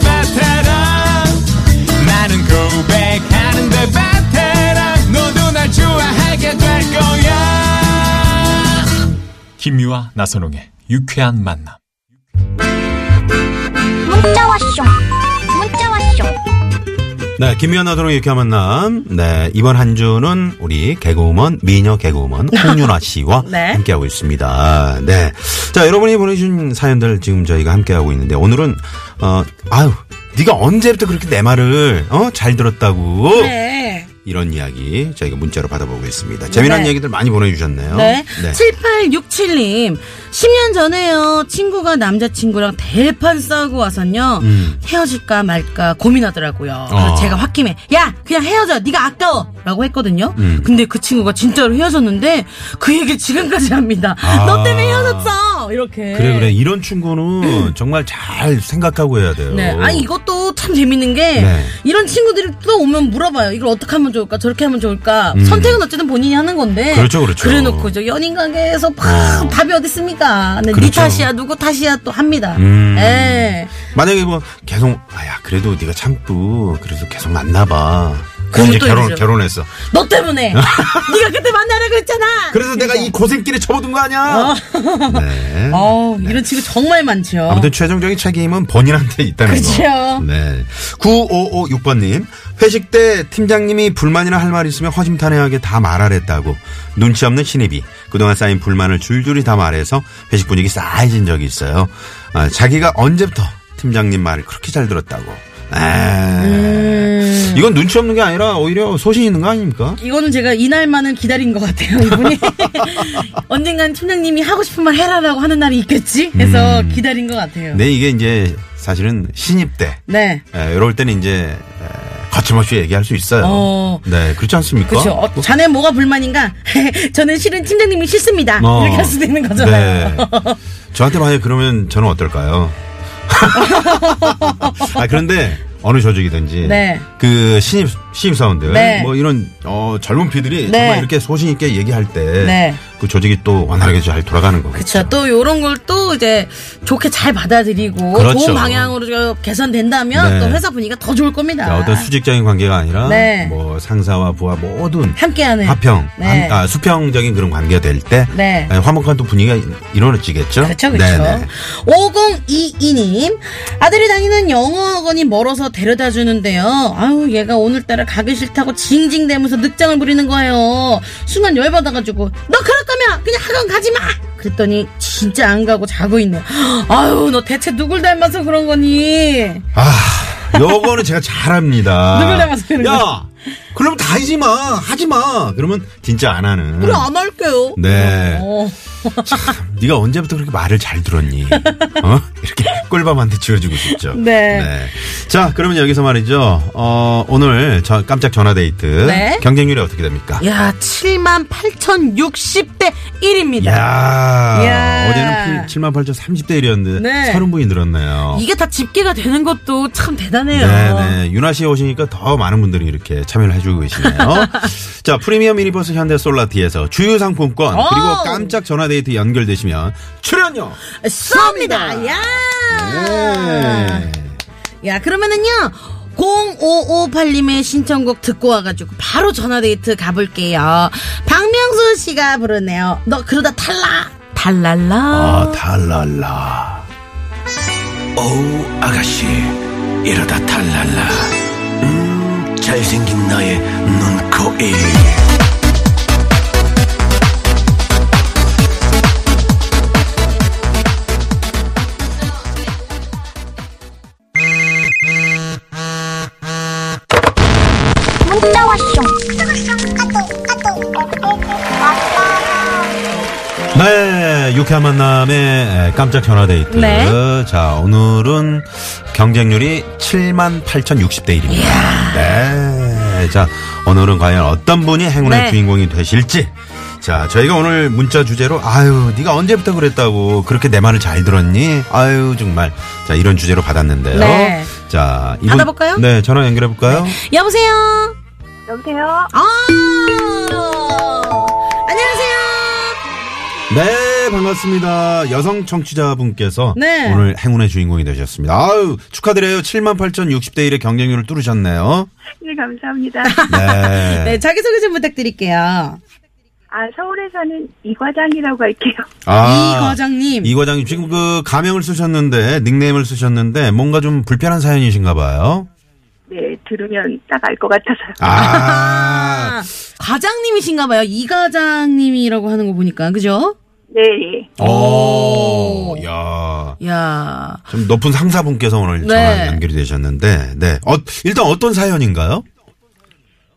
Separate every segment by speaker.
Speaker 1: 베테랑 나는
Speaker 2: 그
Speaker 1: 고백하는데 베테랑 너도 날 좋아하게 될 거야
Speaker 2: 김미화 나선홍의 유쾌한 만남.
Speaker 3: 문자 왔쇼. 문자 왔쇼.
Speaker 4: 네, 김미연 아도롱의 유쾌한 만남. 네, 이번 한 주는 우리 개그우먼, 미녀 개그우먼 홍윤아 씨와
Speaker 5: 네.
Speaker 4: 함께하고 있습니다. 네. 자, 여러분이 보내주신 사연들 지금 저희가 함께하고 있는데 오늘은, 어, 아유, 네가 언제부터 그렇게 내 말을, 어, 잘 들었다고.
Speaker 5: 네.
Speaker 4: 이런 이야기 저희가 문자로 받아보고 있습니다. 재미난
Speaker 5: 네.
Speaker 4: 얘기들 많이 어? 보내주셨네요.
Speaker 5: 네. 7867님. 10년 전에요. 친구가 남자친구랑 대판 싸우고 와서는요.
Speaker 4: 음.
Speaker 5: 헤어질까 말까 고민하더라고요. 그래서
Speaker 4: 어.
Speaker 5: 제가 홧김에 야 그냥 헤어져. 네가 아까워. 라고 했거든요.
Speaker 4: 음.
Speaker 5: 근데 그 친구가 진짜로 헤어졌는데 그 얘기를 지금까지 합니다.
Speaker 4: 아.
Speaker 5: 너 때문에 헤어졌어. 이렇게.
Speaker 4: 그래, 그래. 이런 친구는 정말 잘 생각하고 해야 돼요.
Speaker 5: 네. 아니 이것도 참 재밌는 게
Speaker 4: 네.
Speaker 5: 이런 친구들이 또 오면 물어봐요. 이걸 어떻게 하면 좋을까? 저렇게 하면 좋을까? 선택은 어쨌든 본인이 하는 건데.
Speaker 4: 음. 그렇죠, 그렇죠.
Speaker 5: 래 놓고 저 연인 관계에서 팍
Speaker 4: 어.
Speaker 5: 답이 어딨습니까? 네, 네
Speaker 4: 그렇죠.
Speaker 5: 탓이야 누구 탓이야 또 합니다.
Speaker 4: 음.
Speaker 5: 예.
Speaker 4: 만약에 뭐 계속 아야 그래도 네가 참고 그래서 계속 만나봐.
Speaker 5: 그럼
Speaker 4: 이제
Speaker 5: 또
Speaker 4: 결혼
Speaker 5: 이러죠.
Speaker 4: 결혼했어.
Speaker 5: 너 때문에 네가 그때 만나라 그랬잖아.
Speaker 4: 그래서 내가 이 고생길에 접어둔 거 아니야. 네.
Speaker 5: 어 이런 친구 정말 많죠.
Speaker 4: 아무튼 최종적인 책임은 본인한테 있다는 거.
Speaker 5: 그렇죠.
Speaker 4: 네. 9556번님 회식 때 팀장님이 불만이나 할 말 있으면 허심탄회하게 다 말하랬다고 눈치 없는 신입이 그동안 쌓인 불만을 줄줄이 다 말해서 회식 분위기 싸해진 적이 있어요. 아, 자기가 언제부터 팀장님 말을 그렇게 잘 들었다고. 아.
Speaker 5: 음.
Speaker 4: 이건 눈치 없는 게 아니라 오히려 소신 있는 거 아닙니까?
Speaker 5: 이거는 제가 이날만을 기다린 것 같아요. 이분이 언젠간 팀장님이 하고 싶은 말 해라라고 하는 날이 있겠지. 해서
Speaker 4: 음.
Speaker 5: 기다린 것 같아요.
Speaker 4: 근데 네, 이게 이제 사실은 신입 때
Speaker 5: 네.
Speaker 4: 에, 이럴 때는 이제 에, 거침없이 얘기할 수 있어요.
Speaker 5: 어.
Speaker 4: 네, 그렇지 않습니까?
Speaker 5: 그렇죠. 어, 자네 뭐가 불만인가? 저는 실은 팀장님이 싫습니다.
Speaker 4: 어.
Speaker 5: 이렇게 할 수도 있는 거잖아요.
Speaker 4: 네. 저한테 만약 그러면 저는 어떨까요? 아 그런데 어느 조직이든지
Speaker 5: 네.
Speaker 4: 그 신입 신입 사원들
Speaker 5: 네.
Speaker 4: 뭐 이런 어, 젊은 피들이
Speaker 5: 네.
Speaker 4: 정말 이렇게 소신 있게 얘기할 때 그
Speaker 5: 네.
Speaker 4: 조직이 또 원활하게 잘 돌아가는 거고.
Speaker 5: 그렇죠. 또 요런 걸 또 이제 좋게 잘 받아들이고
Speaker 4: 그렇죠.
Speaker 5: 좋은 방향으로 좀 개선된다면
Speaker 4: 네.
Speaker 5: 또 회사 분위기가 더 좋을 겁니다.
Speaker 4: 그러니까 어떤 수직적인 관계가 아니라
Speaker 5: 네.
Speaker 4: 뭐 상사와 부하 모든
Speaker 5: 함께하는
Speaker 4: 화평,
Speaker 5: 네.
Speaker 4: 한- 아, 수평적인 그런 관계가 될 때,
Speaker 5: 네.
Speaker 4: 아, 화목한 또 분위기가 이루어지겠죠?
Speaker 5: 그렇죠,
Speaker 4: 네네.
Speaker 5: 그렇죠. 5022님 아들이 다니는 영어 학원이 멀어서 데려다 주는데요. 아유 얘가 오늘따라 가기 싫다고 징징대면서 늑장을 부리는 거예요. 순간 열받아가지고 너 그럴 거면 그냥 학원 가지 마. 그랬더니 진짜 안 가고 자고 있네. 아유 너 대체 누굴 닮아서 그런 거니?
Speaker 4: 아, 요거는 제가 잘합니다.
Speaker 5: 누굴 닮아서 그런
Speaker 4: 야, 그러면 다 하지 마, 하지 마. 그러면 진짜 안 하는.
Speaker 5: 그래 안 할게요.
Speaker 4: 네.
Speaker 5: 어,
Speaker 4: 네가 언제부터 그렇게 말을 잘 들었니? 어? 이렇게 꿀밤한테 지어주고 싶죠.
Speaker 5: 네.
Speaker 4: 자, 그러면 여기서 말이죠. 어, 오늘 저 깜짝 전화데이트.
Speaker 5: 네. 예,
Speaker 4: 경쟁률이 어떻게 됩니까?
Speaker 5: 야 7만 8,060대 1입니다.
Speaker 4: 야,
Speaker 5: 야.
Speaker 4: 어제는 7만 8천 30대 1이었는데
Speaker 5: 예. 네.
Speaker 4: 30분이 늘었네요.
Speaker 5: 이게 다 집계가 되는 것도 참 대단해요.
Speaker 4: 네네. 유나 씨 오시니까 더 많은 분들이 이렇게 참여를 해주고 계시네요. 자, 프리미엄 미니버스 현대 솔라티에서 주유 상품권 그리고
Speaker 5: 오!
Speaker 4: 깜짝 전화 데이트 연결되시면 출연료.
Speaker 5: 쏩니다. 야.
Speaker 4: 네.
Speaker 5: 야, 그러면은요. 0558님의 신청곡 듣고 와가지고 바로 전화데이트 가볼게요. 박명수 씨가 부르네요. 너 그러다 탈락. 탈랄라.
Speaker 4: 아, 달랄라.
Speaker 6: 어우 아가씨 이러다 탈랄라 음 잘생긴 나의 눈코입
Speaker 3: 문자 왔쇼. 까똑 까똑.
Speaker 4: 네, 유쾌한 만남의 깜짝 전화 데이트.
Speaker 5: 네.
Speaker 4: 자, 오늘은 경쟁률이 7만 8,060대 1입니다. 네. 사회자 오늘은 과연 어떤 분이 행운의
Speaker 5: 네.
Speaker 4: 주인공이 되실지 자 저희가 오늘 문자 주제로 아유 네가 언제부터 그랬다고 그렇게 내 말을 잘 들었니 아유 정말 자 이런 주제로 받았는데요
Speaker 5: 네.
Speaker 4: 자 이분
Speaker 5: 받아볼까요?
Speaker 4: 네 전화 연결해 볼까요
Speaker 5: 여보세요.
Speaker 7: 여보세요?
Speaker 5: 아 안녕하세요.
Speaker 4: 네 반갑습니다 여성 청취자분께서
Speaker 5: 네.
Speaker 4: 오늘 행운의 주인공이 되셨습니다 아유 축하드려요 7만 8천 60대 1의 경쟁률을 뚫으셨네요
Speaker 7: 네, 감사합니다.
Speaker 4: 네.
Speaker 5: 네 자기 소개 좀 부탁드릴게요.
Speaker 7: 아, 서울에 사는 이 과장이라고 할게요.
Speaker 4: 아.
Speaker 5: 이 과장님.
Speaker 4: 이 과장님 지금 그 가명을 쓰셨는데 닉네임을 쓰셨는데 뭔가 좀 불편한 사연이신가 봐요.
Speaker 7: 네, 들으면 딱 알 것 같아서요.
Speaker 4: 아.
Speaker 5: 과장님이신가봐요. 이 과장님이라고 하는 거 보니까 그죠?
Speaker 7: 네, 예.
Speaker 4: 오. 야.
Speaker 5: 야.
Speaker 4: 좀 높은 상사분께서 오늘
Speaker 5: 네.
Speaker 4: 전화 연결이 되셨는데 네. 어, 일단 어떤 사연인가요?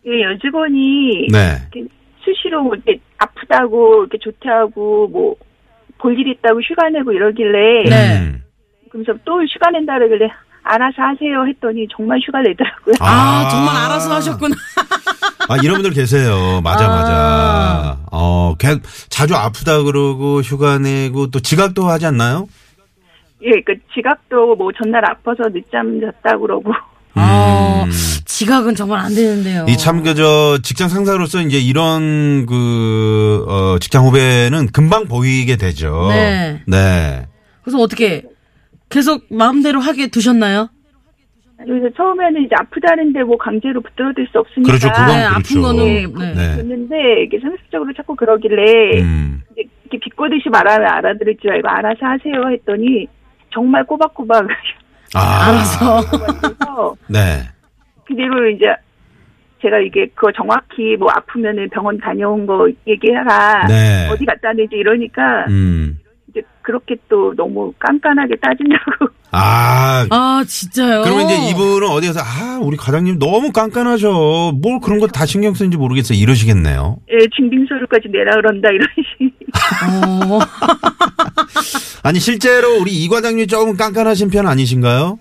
Speaker 7: 예, 여직원이
Speaker 4: 네.
Speaker 7: 이렇게 수시로 뭐 이렇게 아프다고 이렇게 좋다고 뭐 볼 일 있다고 휴가 내고 이러길래
Speaker 5: 네.
Speaker 4: 음.
Speaker 7: 그러면서 또 휴가 낸다 그러길래 알아서 하세요 했더니 정말 휴가 내더라고요.
Speaker 5: 아, 정말 알아서 하셨구나.
Speaker 4: 아, 이런 분들 계세요. 맞아,
Speaker 5: 아.
Speaker 4: 맞아. 어, 걔 자주 아프다 그러고 휴가 내고 또 지각도 하지 않나요?
Speaker 7: 예, 그 지각도 뭐 전날 아파서 늦잠 잤다 그러고
Speaker 5: 아, 지각은 정말 안 되는데요.
Speaker 4: 이 참, 그, 저, 직장 상사로서 이제 이런, 그, 어, 직장 후배는 금방 보이게 되죠.
Speaker 5: 네.
Speaker 4: 네.
Speaker 5: 그래서 어떻게 계속 마음대로 하게 두셨나요?
Speaker 7: 그래서 처음에는 이제 아프다는데 뭐 강제로 붙들어들 수 없으니까
Speaker 4: 그렇죠. 그건
Speaker 5: 네, 아픈
Speaker 4: 그렇죠.
Speaker 5: 거는, 네.
Speaker 7: 줬는데 이게 상습적으로 자꾸 그러길래
Speaker 4: 음.
Speaker 7: 이제 이렇게 비꼬듯이 말하면 알아들을 줄 알고 알아서 하세요 했더니 정말 꼬박꼬박
Speaker 4: 아.
Speaker 5: 알아서.
Speaker 7: 해서
Speaker 4: 네.
Speaker 7: 그대로 이제 제가 이게 그거 정확히 뭐 아프면은 병원 다녀온 거 얘기해라
Speaker 4: 네.
Speaker 7: 어디 갔다 왔는지 이러니까
Speaker 4: 음.
Speaker 7: 이제 그렇게 또 너무 깐깐하게 따진다고
Speaker 4: 아.
Speaker 5: 아, 진짜요?
Speaker 4: 그러면 이제 이분은 어디 가서, 아, 우리 과장님 너무 깐깐하셔. 뭘 그런 거 다 신경 쓰는지 모르겠어. 이러시겠네요.
Speaker 7: 예, 징빙소리까지 내라 그런다 이런 식
Speaker 5: 어,
Speaker 4: 아니, 실제로 우리 이 과장님 조금 깐깐하신 편 아니신가요?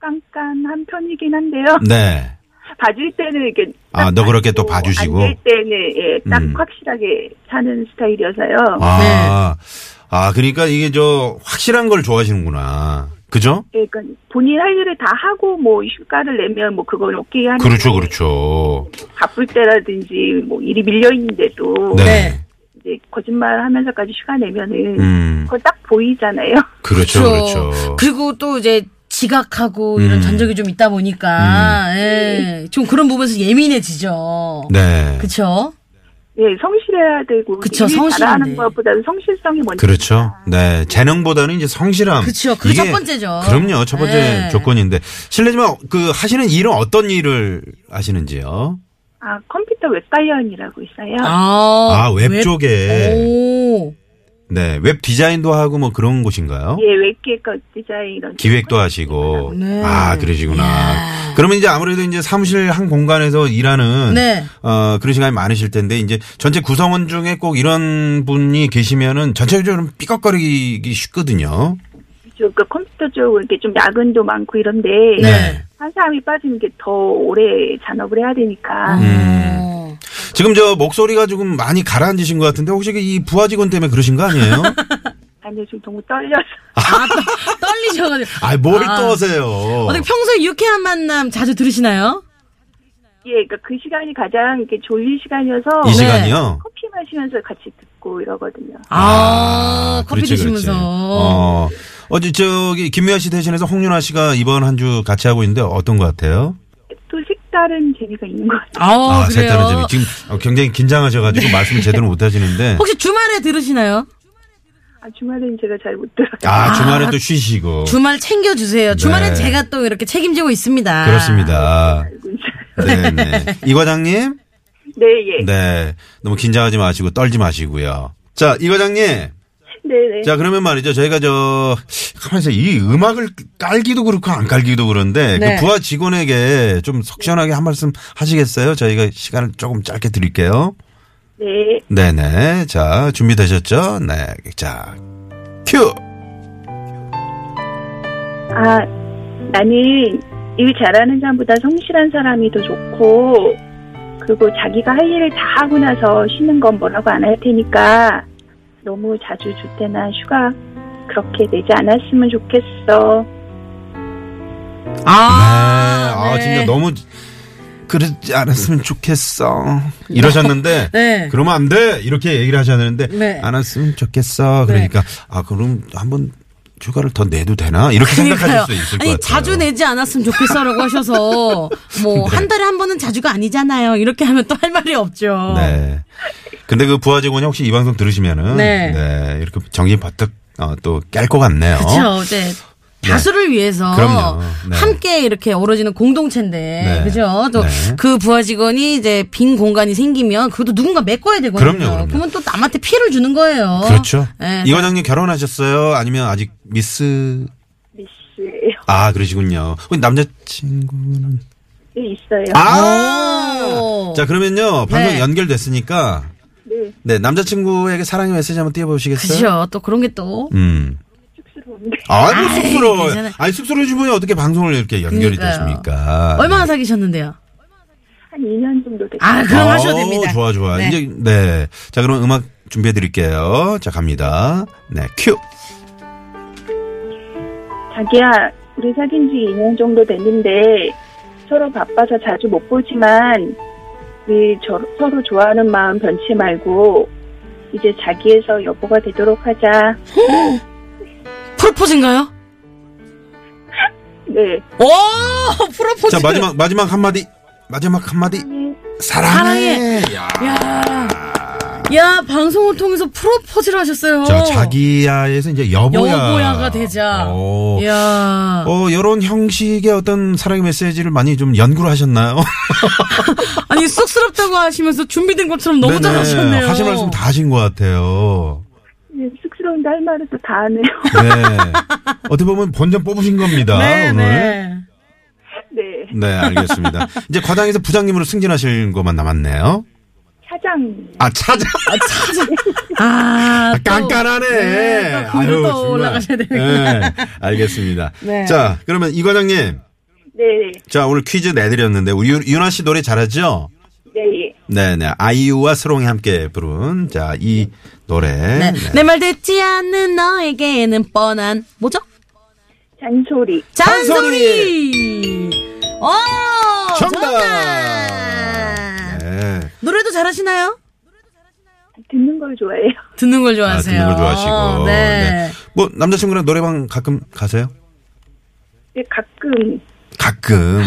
Speaker 7: 깐깐한 편이긴 한데요
Speaker 4: 네.
Speaker 7: 봐줄 때는 이렇게 딱
Speaker 4: 아, 너그럽게 또
Speaker 7: 봐주고
Speaker 4: 봐주시고.
Speaker 7: 안될 때는 예, 딱
Speaker 4: 음.
Speaker 7: 확실하게 사는 스타일이어서요
Speaker 4: 아.
Speaker 5: 네.
Speaker 4: 아, 그러니까 이게 저, 확실한 걸 좋아하시는구나. 그죠?
Speaker 7: 예, 그러니까 본인 할 일을 다 하고 뭐 휴가를 내면 뭐 그걸 어깨에 하는
Speaker 4: 그렇죠, 그렇죠.
Speaker 7: 바쁠 때라든지 뭐 일이 밀려 있는데도
Speaker 4: 네.
Speaker 5: 네.
Speaker 7: 이제 거짓말 하면서까지 휴가 내면은
Speaker 4: 음.
Speaker 7: 그걸 딱 보이잖아요.
Speaker 4: 그렇죠, 그렇죠. 음.
Speaker 5: 그리고 또 이제 지각하고 이런 전적이 좀 있다 보니까, 예. 좀 그런 부분에서 예민해지죠.
Speaker 4: 네.
Speaker 5: 그쵸?
Speaker 7: 예, 성실해야 되고
Speaker 5: 그쵸,
Speaker 7: 일
Speaker 5: 성실하네.
Speaker 7: 잘하는 것보다는 성실성이 먼저
Speaker 4: 그렇죠. 네. 재능보다는 이제 성실함.
Speaker 5: 그렇죠. 그쵸. 그게 첫 번째죠.
Speaker 4: 그럼요. 첫 번째
Speaker 5: 네.
Speaker 4: 조건인데. 실례지만 그 하시는 일은 어떤 일을 하시는지요?
Speaker 7: 아 컴퓨터 웹 관련이라고 있어요.
Speaker 5: 아,
Speaker 4: 아, 웹, 쪽에.
Speaker 5: 오.
Speaker 4: 네. 웹 디자인도 하고 뭐 그런 곳인가요?
Speaker 7: 예, 웹기획 디자인 이런
Speaker 4: 기획도 하시고.
Speaker 5: 네.
Speaker 4: 아, 그러시구나.
Speaker 5: 이야.
Speaker 4: 그러면 이제 아무래도 이제 사무실 한 공간에서 일하는
Speaker 5: 네.
Speaker 4: 어, 그런 시간이 많으실 텐데 이제 전체 구성원 중에 꼭 이런 분이 계시면은 전체적으로 좀 삐걱거리기 쉽거든요.
Speaker 7: 쪽, 그 컴퓨터 쪽 이렇게 좀 야근도 많고 이런데
Speaker 5: 네.
Speaker 7: 한 사람이 빠지는 게 더 오래 잔업을 해야 되니까
Speaker 5: 음.
Speaker 4: 지금 저 목소리가 조금 많이 가라앉으신 것 같은데 혹시 이 부하 직원 때문에 그러신 거 아니에요?
Speaker 7: 아니 지금 너무 떨려서
Speaker 5: 떨리셔가지고.
Speaker 4: 아이 뭘
Speaker 5: 아.
Speaker 4: 떠세요?
Speaker 5: 어떻게 평소에 유쾌한 만남 자주 들으시나요?
Speaker 7: 예, 그러니까 그 시간이 가장 이렇게 졸린 시간이어서
Speaker 4: 이
Speaker 5: 네.
Speaker 4: 시간이요?
Speaker 7: 커피 마시면서 같이 듣고 이러거든요.
Speaker 5: 아, 커피
Speaker 4: 그렇지, 그렇지.
Speaker 5: 드시면서.
Speaker 4: 어. 어제 저기 김미아 씨 대신해서 홍윤아 씨가 이번 한 주 같이 하고 있는데 어떤 것 같아요?
Speaker 7: 또 색다른 재미가 있는 것 같아요.
Speaker 5: 아우,
Speaker 4: 아,
Speaker 5: 그래요.
Speaker 4: 색다른 점이 지금 어, 굉장히 긴장하셔가지고 말씀을 제대로 못 하시는데
Speaker 5: 혹시 주말에 들으시나요?
Speaker 7: 아, 주말에는 제가 잘 못 들어요.
Speaker 4: 아 주말에 또 쉬시고
Speaker 5: 주말 챙겨주세요.
Speaker 4: 네.
Speaker 5: 주말엔 제가 또 이렇게 책임지고 있습니다.
Speaker 4: 그렇습니다. 네네. 이 과장님,
Speaker 7: 네, 예.
Speaker 4: 네 너무 긴장하지 마시고 떨지 마시고요. 자, 이 과장님.
Speaker 7: 네, 네.
Speaker 4: 자, 그러면 말이죠. 저희가 저, 가만있어. 이 음악을 깔기도 그렇고 안 깔기도 그런데
Speaker 5: 네.
Speaker 4: 그 부하 직원에게 좀 속시원하게 한 말씀 하시겠어요? 저희가 시간을 조금 짧게 드릴게요.
Speaker 7: 네.
Speaker 4: 네네. 자, 준비되셨죠? 네. 자, 큐!
Speaker 7: 아, 나는 일 잘하는 사람보다 성실한 사람이 더 좋고 그리고 자기가 할 일을 다 하고 나서 쉬는 건 뭐라고 안 할 테니까 너무 자주 주태나 휴가 그렇게 내지 않았으면 좋겠어.
Speaker 5: 네.
Speaker 4: 아, 진짜 너무 그러지 않았으면 좋겠어. 이러셨는데
Speaker 5: 네.
Speaker 4: 그러면 안 돼. 이렇게 얘기를 하셨는데
Speaker 5: 네.
Speaker 4: 안 왔으면 좋겠어. 그러니까 아 그럼 한번 휴가를 더 내도 되나? 이렇게
Speaker 5: 그러니까요.
Speaker 4: 생각하실 수 있을
Speaker 5: 아니
Speaker 4: 것 같아요.
Speaker 5: 자주 내지 않았으면 좋겠어라고 하셔서 뭐
Speaker 4: 네.
Speaker 5: 한 달에 한 번은 자주가 아니잖아요. 이렇게 하면 또 할 말이 없죠.
Speaker 4: 네. 근데 그 부하 직원이 혹시 이 방송 들으시면은
Speaker 5: 네.
Speaker 4: 네, 이렇게 정신 바짝 어, 또깰 것 같네요.
Speaker 5: 그렇죠. 이제
Speaker 4: 네.
Speaker 5: 다수를 위해서
Speaker 4: 그럼요. 네.
Speaker 5: 함께 이렇게 어우러지는 공동체인데
Speaker 4: 네.
Speaker 5: 그죠? 또
Speaker 4: 네.
Speaker 5: 그 부하 직원이 이제 빈 공간이 생기면 그것도 누군가 메꿔야 되거든요.
Speaker 4: 그럼요, 그럼요.
Speaker 5: 러면또 남한테 피해를 주는 거예요.
Speaker 4: 그렇죠.
Speaker 5: 예.
Speaker 4: 이 과장님 결혼하셨어요? 아니면 아직 미스
Speaker 7: 미스
Speaker 4: 아 그러시군요. 우리 남자친구는
Speaker 7: 예, 있어요.
Speaker 4: 아.
Speaker 5: 오.
Speaker 4: 자 그러면요 방송
Speaker 5: 네.
Speaker 4: 연결됐으니까
Speaker 7: 네.
Speaker 4: 네 남자친구에게 사랑의 메시지 한번 띄워보시겠어요?
Speaker 5: 그죠. 또 그런 게 또.
Speaker 4: 음. 아이고 쑥스러워.
Speaker 5: 괜찮아요.
Speaker 4: 아니 쑥스러워 주분이 어떻게 방송을 이렇게 연결이
Speaker 5: 그러니까요.
Speaker 4: 되십니까? 네.
Speaker 5: 얼마나 사귀셨는데요?
Speaker 7: 한 2년 정도 됐어요.
Speaker 5: 아, 그럼
Speaker 4: 아,
Speaker 5: 하셔도 됩니다.
Speaker 4: 좋아 좋아.
Speaker 5: 네.
Speaker 4: 이제 네. 자 그럼 음악 준비해 드릴게요. 자 갑니다. 네 큐.
Speaker 5: 어,
Speaker 7: 자기야, 우리 사귄 지 2년 정도 됐는데 서로 바빠서 자주 못 보지만 우리 저, 서로 좋아하는 마음 변치 말고 이제 자기에서 여보가 되도록 하자.
Speaker 5: 프로포즈인가요?
Speaker 7: 네.
Speaker 5: 오! 프로포즈.
Speaker 4: 자 마지막 마지막 한 마디. 마지막 한 마디. 사랑해. 야.
Speaker 5: 야. 야, 방송을 통해서 프로포즈를 하셨어요.
Speaker 4: 자 자기야에서 이제 여보야.
Speaker 5: 여보야가 되자.
Speaker 4: 오.
Speaker 5: 야.
Speaker 4: 뭐. 어, 이런 형식의 어떤 사랑의 메시지를 많이 좀 연구를 하셨나요?
Speaker 5: 아니 쑥스럽다고 하시면서 준비된 것처럼 너무
Speaker 4: 네네.
Speaker 5: 잘하셨네요.
Speaker 4: 하신 말씀 다 하신 것 같아요.
Speaker 7: 네, 쑥스러운데 할 말을 또 다 하네요.
Speaker 4: 네. 어떻게 보면 본전 뽑으신 겁니다,
Speaker 5: 네,
Speaker 4: 오늘.
Speaker 5: 네.
Speaker 7: 네.
Speaker 4: 네, 알겠습니다. 이제 과장에서 부장님으로 승진하실 것만 남았네요.
Speaker 7: 차장.
Speaker 4: 아, 찾아.
Speaker 5: 아,
Speaker 4: 아,
Speaker 5: 또
Speaker 4: 깐깐하네.
Speaker 5: 네, 또 국물 또
Speaker 4: 정말.
Speaker 5: 올라가셔야
Speaker 4: 네, 알겠습니다.
Speaker 5: 네.
Speaker 4: 자, 그러면 이 과장님.
Speaker 7: 네.
Speaker 4: 자, 오늘 퀴즈 내드렸는데, 우리 유- 유나 씨 노래 잘하죠?
Speaker 7: 네.
Speaker 4: 네네. 아이유와 스롱이 함께 부른, 자, 이 노래.
Speaker 5: 네.
Speaker 4: 네.
Speaker 5: 내 말 듣지 않는 너에게는 뻔한 뭐죠?
Speaker 7: 잔소리.
Speaker 5: 잔소리. 어,
Speaker 4: 정답!
Speaker 5: 정답!
Speaker 4: 네.
Speaker 5: 노래도 잘하시나요?
Speaker 7: 듣는 걸 좋아해요.
Speaker 5: 듣는 걸
Speaker 4: 아,
Speaker 5: 좋아하세요.
Speaker 4: 듣는 걸 좋아하시고.
Speaker 5: 네.
Speaker 4: 뭐 남자친구랑 노래방 가끔 가세요?
Speaker 7: 네, 가끔.
Speaker 4: 가끔.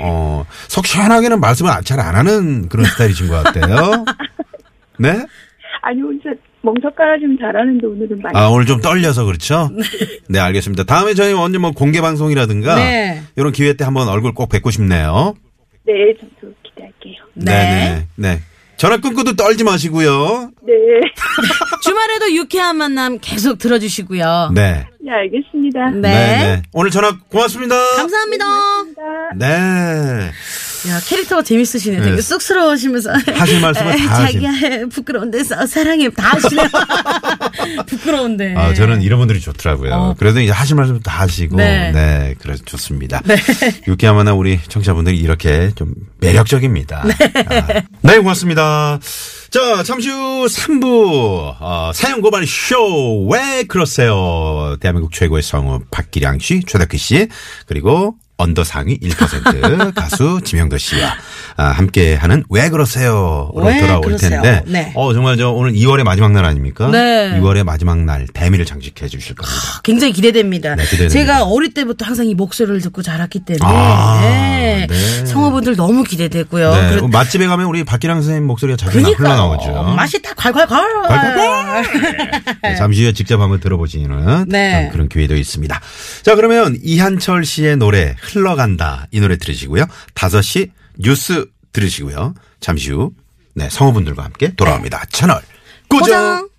Speaker 4: 어, 속 시원하게는 말씀을 아, 잘 안 하는 그런 스타일이신 것 같아요. 네?
Speaker 7: 아니, 혼자 멍석 깔아주면 잘하는데 오늘은 많이.
Speaker 4: 아, 오늘 좀 떨려서 그렇죠? 네, 알겠습니다. 다음에 저희 언제 뭐 공개 방송이라든가
Speaker 5: 네.
Speaker 4: 이런 기회 때 한번 얼굴 꼭 뵙고 싶네요.
Speaker 7: 네, 저도 기대할게요.
Speaker 4: 네, 네. 네. 전화 끊고도 떨지 마시고요.
Speaker 7: 네.
Speaker 5: 주말에도 유쾌한 만남 계속 들어주시고요.
Speaker 4: 네.
Speaker 7: 네, 알겠습니다.
Speaker 5: 네.
Speaker 4: 오늘 전화 고맙습니다.
Speaker 5: 감사합니다.
Speaker 4: 네.
Speaker 5: 야, 캐릭터가 재밌으시네요. 되게
Speaker 4: 네.
Speaker 5: 쑥스러워하시면서.
Speaker 4: 하실 말씀을
Speaker 5: 에,
Speaker 4: 다 하신-
Speaker 5: 자기야, 에, 부끄러운데, 사- 사랑해. 다 하시네요. 부끄러운데.
Speaker 4: 아, 저는 이런 분들이 좋더라고요.
Speaker 5: 네. 어.
Speaker 4: 그래도 이제 하실 말씀 다 하시고,
Speaker 5: 네.
Speaker 4: 네, 그래서 좋습니다. 유쾌한 만남 우리 청취자분들이 이렇게 좀 매력적입니다. 아. 네, 고맙습니다. 자, 잠시 후 3부, 어, 사연 고발 쇼, 왜 그러세요? 대한민국 최고의 성우 박기량 씨, 최덕기 씨, 그리고 언더 상위 1% 가수 지명도 씨와 아, 함께하는 왜 그러세요?로
Speaker 5: 왜
Speaker 4: 돌아올
Speaker 5: 그러세요?
Speaker 4: 텐데,
Speaker 5: 네.
Speaker 4: 어 정말 저 오늘 2월의 마지막 날 아닙니까?
Speaker 5: 네.
Speaker 4: 2월의 마지막 날 대미를 장식해 주실 겁니다.
Speaker 5: 굉장히 기대됩니다.
Speaker 4: 네, 기대됩니다.
Speaker 5: 제가 어릴 때부터 항상 이 목소리를 듣고 자랐기 때문에.
Speaker 4: 아,
Speaker 5: 네.
Speaker 4: 네.
Speaker 5: 성우분들 너무 기대되고요.
Speaker 4: 네,
Speaker 5: 아, 그리고-
Speaker 4: 맛집에 가면 우리 박기랑 선생님 목소리가 자주 나- 흘러나오죠.
Speaker 5: 그러니까요. 어, 맛이 다 콸콸콸.
Speaker 4: 네, 잠시 후에 직접 한번 들어보시는
Speaker 5: 네.
Speaker 4: 그런 기회도 있습니다. 자 그러면 이한철 씨의 노래 흘러간다 이 노래 들으시고요. 5시 뉴스 들으시고요. 잠시 후 네, 성우분들과 함께 돌아옵니다. 채널 고정.
Speaker 5: 고정.